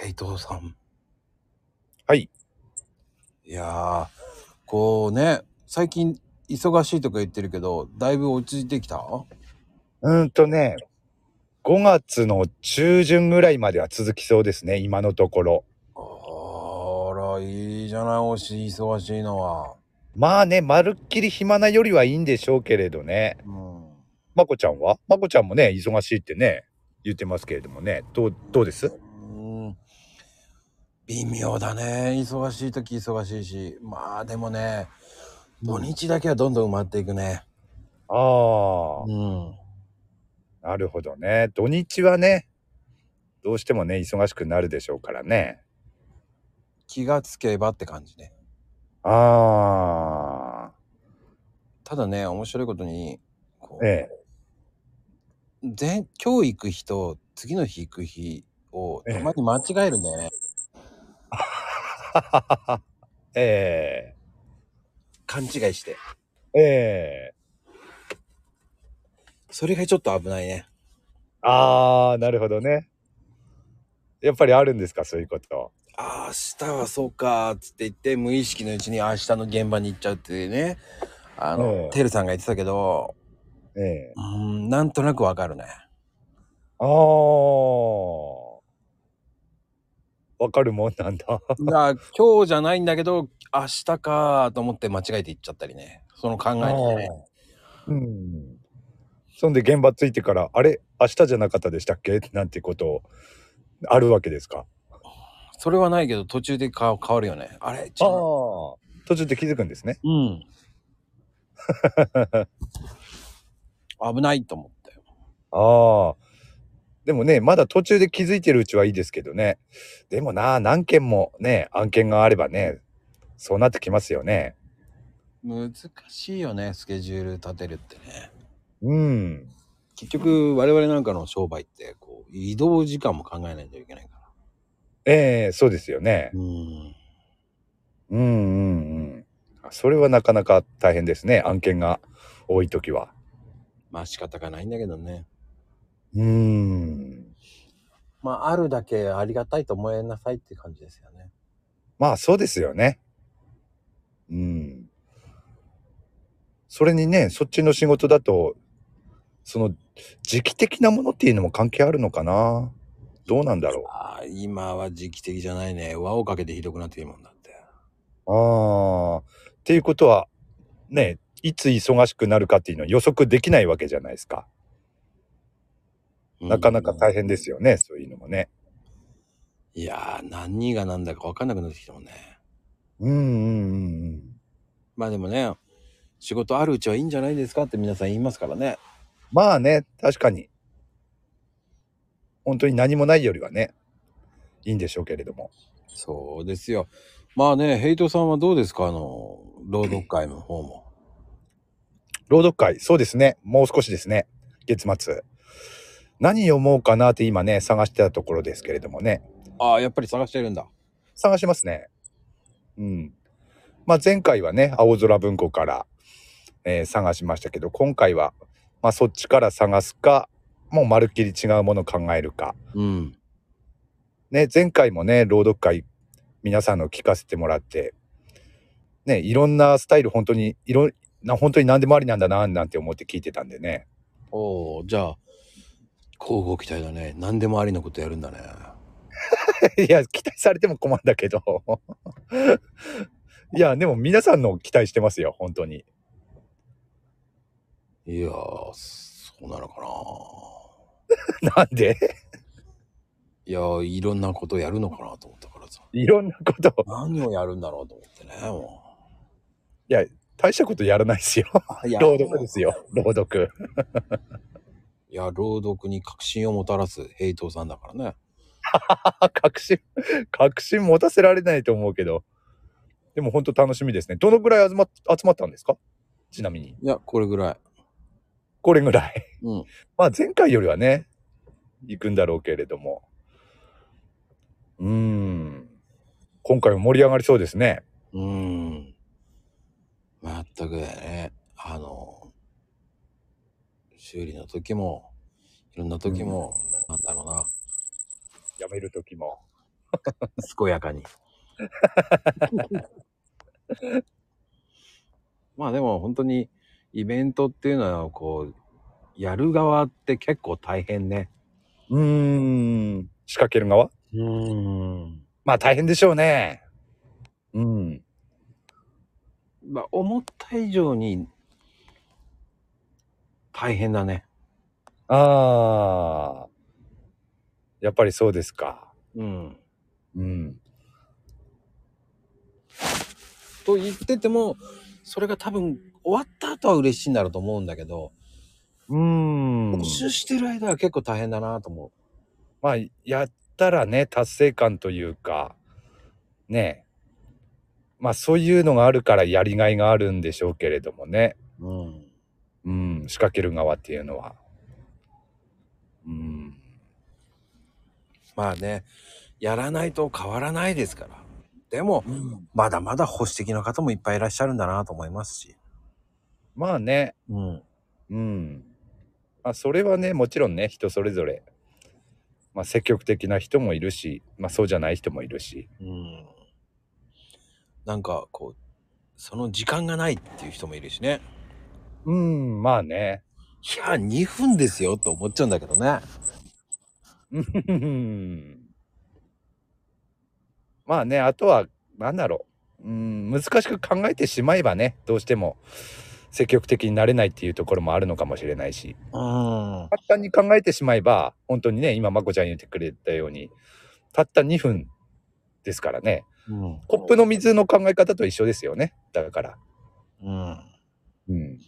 斉藤さん。はい。いやー、こうね、最近忙しいとか言ってるけど、だいぶ落ち着いてきたうーんとね、5月の中旬ぐらいまでは続きそうですね、今のところ。あら、いいじゃない、おし、忙しいのは。まあね、まるっきり暇なよりはいいんでしょうけれどね。うん。まこちゃんはまこちゃんもね、忙しいってね、言ってますけれどもね、どう、どうですうん。微妙だね。忙しい時忙しいし。まあ、でもね、土日だけはどんどん埋まっていくね。ああ、うん。なるほどね。土日はね、どうしてもね、忙しくなるでしょうからね。気がつけばって感じね。ああ、ただね、面白いことに、こう、え前今日行く日と次の日行く日をええたまに間違えるんだよね。え、え勘違いして。え、ええ。それがちょっと危ないね。ああ、なるほどね。やっぱりあるんですか、そういうこと。ああ、明日はそうか、つって言って、無意識のうちに明日の現場に行っちゃうっていうね。あの、ええてるさんが言ってたけど、ええ。うーん、なんとなくわか るね。ああ。わかるもんなんだ。だから今日じゃないんだけど、明日かと思って間違えて行っちゃったりね。その考えでね。うん。そんで現場着いてから、あれ明日じゃなかったでしたっけなんてこと、あるわけですか。それはないけど、途中でか変わるよね。あれ違ああう。。途中で気づくんですね。うん。危ないと思ったよ。ああ。でもね、まだ途中で気づいてるうちはいいですけどね。でもな、何件もね、案件があればね、そうなってきますよね。難しいよねスケジュール立てるってねうん。結局我々なんかの商売ってこう移動時間も考えないといけないかええそうですよね。らうんうんうんうん。あそれはなかなか大変ですね。案件が多いときは。まあ仕方がないんだけどねうーん。まああるだけありがたいと思えなさいって感じですよねまあそうですよね。うん。それにね、そっちの仕事だと、その時期的なものっていうのも関係あるのかな。どうなんだろああ今は時期的じゃないね輪をかけてひどくなっていいもんだってう。ああ。っていうことは、ね、いつ忙しくなるかっていうのは予測できないわけじゃないですか。なかなか大変ですよよね、そういうのもね。いやー何が何だか分かんなくなってきたもんねうんうんうんうん。まあでもね仕事あるうちはいいんじゃないですかって皆さん言いますからねまあね、確かに。本当に何もないよりはね、いいんでしょうけれども。そうですよ。まあね、ヘイトさんはどうですかあの、朗読会の方も。朗読会、そうですね。もう少しですね。月末。何読もうかなって今ね、探してたところですけれどもね。ああ、やっぱり探してるんだ。探しますね。うん。まあ前回はね、青空文庫から、えー探しましたけど、今回は、まあそっちから探すか、もうまるっきり違うものを考えるか。うん。ね、前回もね、朗読会、皆さんの聞かせてもらって、ね、いろんなスタイル、本当に、いろんな、本当に何でもありなんだな、なんて思って聞いてたんでね。 おお、じゃあ、交互期待だね。何でもありのことやるんだね。いや、期待されても困るんだけど。 いや、でも皆さんの期待してますよ、本当に。いやー、そうなのかな。なんでいやー、いろんなことやるのかなと思ったからさ。いろんなこと、何をやるんだろうと思ってね、も大したことやらないですよ。う。いや朗読ですよ、朗読。いや、朗読に確信をもたらすヘイトさんだからね。あ確信、確信持たせられないと思うけど。でも本当楽しみですね。どのぐらい集まっ集まったんですかちなみに。いや、これぐらい。これぐらい。うん。まあ前回よりはね、行くんだろうけれども。うーん。今回も盛り上がりそうですね。うーん。まったくだよね。あの、修理の時も、いろんな時も、なんだろうな。やめる時も。健やかに。 まあでも本当にイベントっていうのはこう、やる側って結構大変ね。うーん。仕掛ける側うん。まあ大変でしょうね。うん。まあ思った以上に大変だね。ああ。やっぱりそうですか。うん。うん。と言ってても、それが多分終わった後は嬉しいんだろうと思うんだけど、うーん。募集してる間は結構大変だなと思まあ、やったらね、達成感というか、ねえ。まあそういうのがあるからやりがいがあるんでしょうけれどもね。う。うん。うん。仕掛ける側っていうのは。うん。まあね、やらないと変わらないですから。でも、うん、まだまだ保守的な方もいっぱいいらっしゃるんだなと思いますし。まあね。うん。うん。まあ、それはね、もちろんね、人それぞれ、まあ、積極的な人もいるし、まあ、そうじゃない人もいるし。うん。なんか、こう、その時間がないっていう人もいるしね。うん、まあね。 いや、2分ですよって思っちゃうんだけどね。うんまあね、あとは、なんだろう。うん、難しく考えてしまえばね、どうしても積極的になれないっていうところもあるのかもしれないし、うん。簡単に考えてしまえば、本当にね、今、まこちゃん言ってくれたように、たった2分ですからね、うん。コップの水の考え方と一緒ですよね。だから。うん。うん、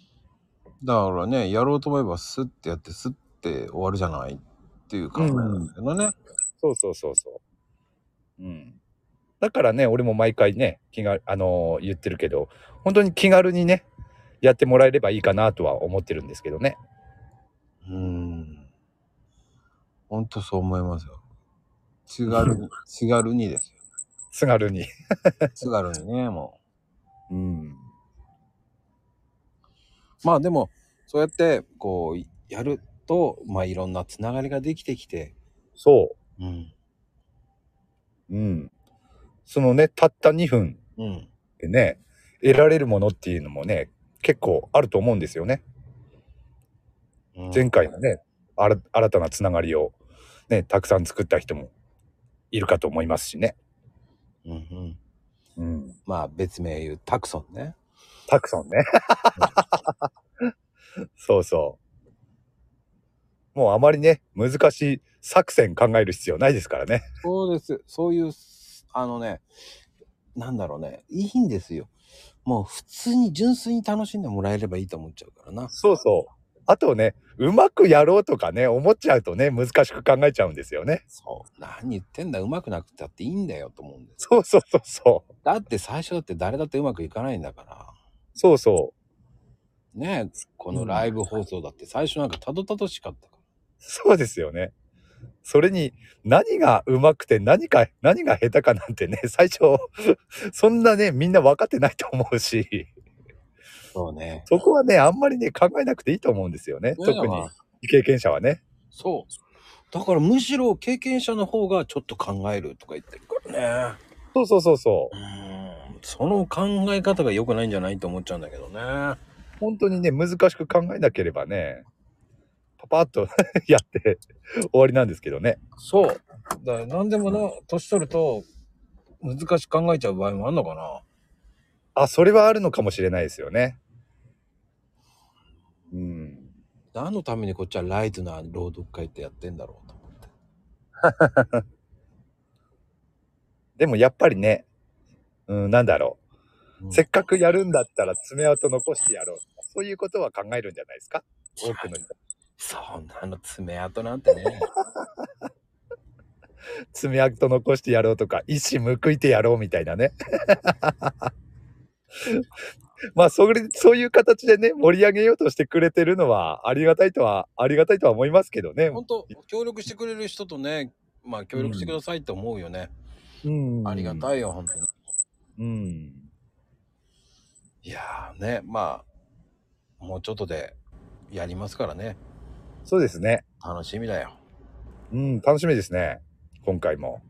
だからね、やろうと思えばスッてやってスッて終わるじゃないっていう考えなんだけどね。そうそうそうそう。うん。だからね、俺も毎回ね、気が、あのー言ってるけど、本当に気軽にね、やってもらえればいいかなとは思ってるんですけどね。うん。ほんとそう思いますよ。津軽 に、津軽にですよ。津軽に。津軽にね、もう。うん。まあでもそうやってこうやるとまあいろんなつながりができてきて、そうんう。うん。そのね、たった2分うん、でね、得られるものっていうのもね、結構あると思うんですよね。前回のね、あら新たなつながりを、ね、たくさん作った人もいるかと思いますしね。うんうん、うん。まあ別名言うタクソンね、タクソンね。そうそう。もうあまりね、難しい作戦考える必要ないですからね。そうですそういうあのねなんだろうねいいんですよもう普通に純粋に楽しんでもらえればいいと思っちゃうからなそうそう。あとね、うまくやろうとかね、思っちゃうとね、難しく考えちゃうんですよね。そう何言ってんだうまくなくたっていいんだよと思うんですそうそうそうそう。だって最初だって誰だってうまくいかないんだからそうそう。ねえこのライブ放送だって最初なんかたどたどしかったからそうですよね。それに何がうまくて何か何が下手かなんてね 最初そんなねみんな分かってないと思うしそうねそこはねあんまりね考えなくていいと思うんですよね特にまあ未経験者はねそう。だからむしろ経験者の方がちょっと考えるとか言ってるからね。そうそうそうそうう。ーん。その考え方が良くないんじゃないと思っちゃうんだけどね。本当にね、難しく考えなければね、パパッと やって終わりなんですけどね。そう。だから何でもな、年取ると難しく考えちゃう場合もあるのかな。あ、それはあるのかもしれないですよね。うん。何のためにこっちはライトな朗読会ってやってんだろうと思って。でもやっぱりね、うん、なんだろうんう。せっかくやるんだったら爪痕残してやろう。そういうことは考えるんじゃないですか多くの人。そんなの爪痕なんてね。爪痕残してやろうとか、一矢報いてやろうみたい なね。まあ、それ、そういう形でね、盛り上げようとしてくれてるのは、ありがたいとは、ありがたいとは思いますけど ね。本当協力してくれる人とね、まあ協力してくださいって思うよね。うんありがい。たいよ、本当に。うん。いやーね、まあ、もうちょっとでやりますからね。そうですね。楽しみだよ。うん、楽しみですね。今回も。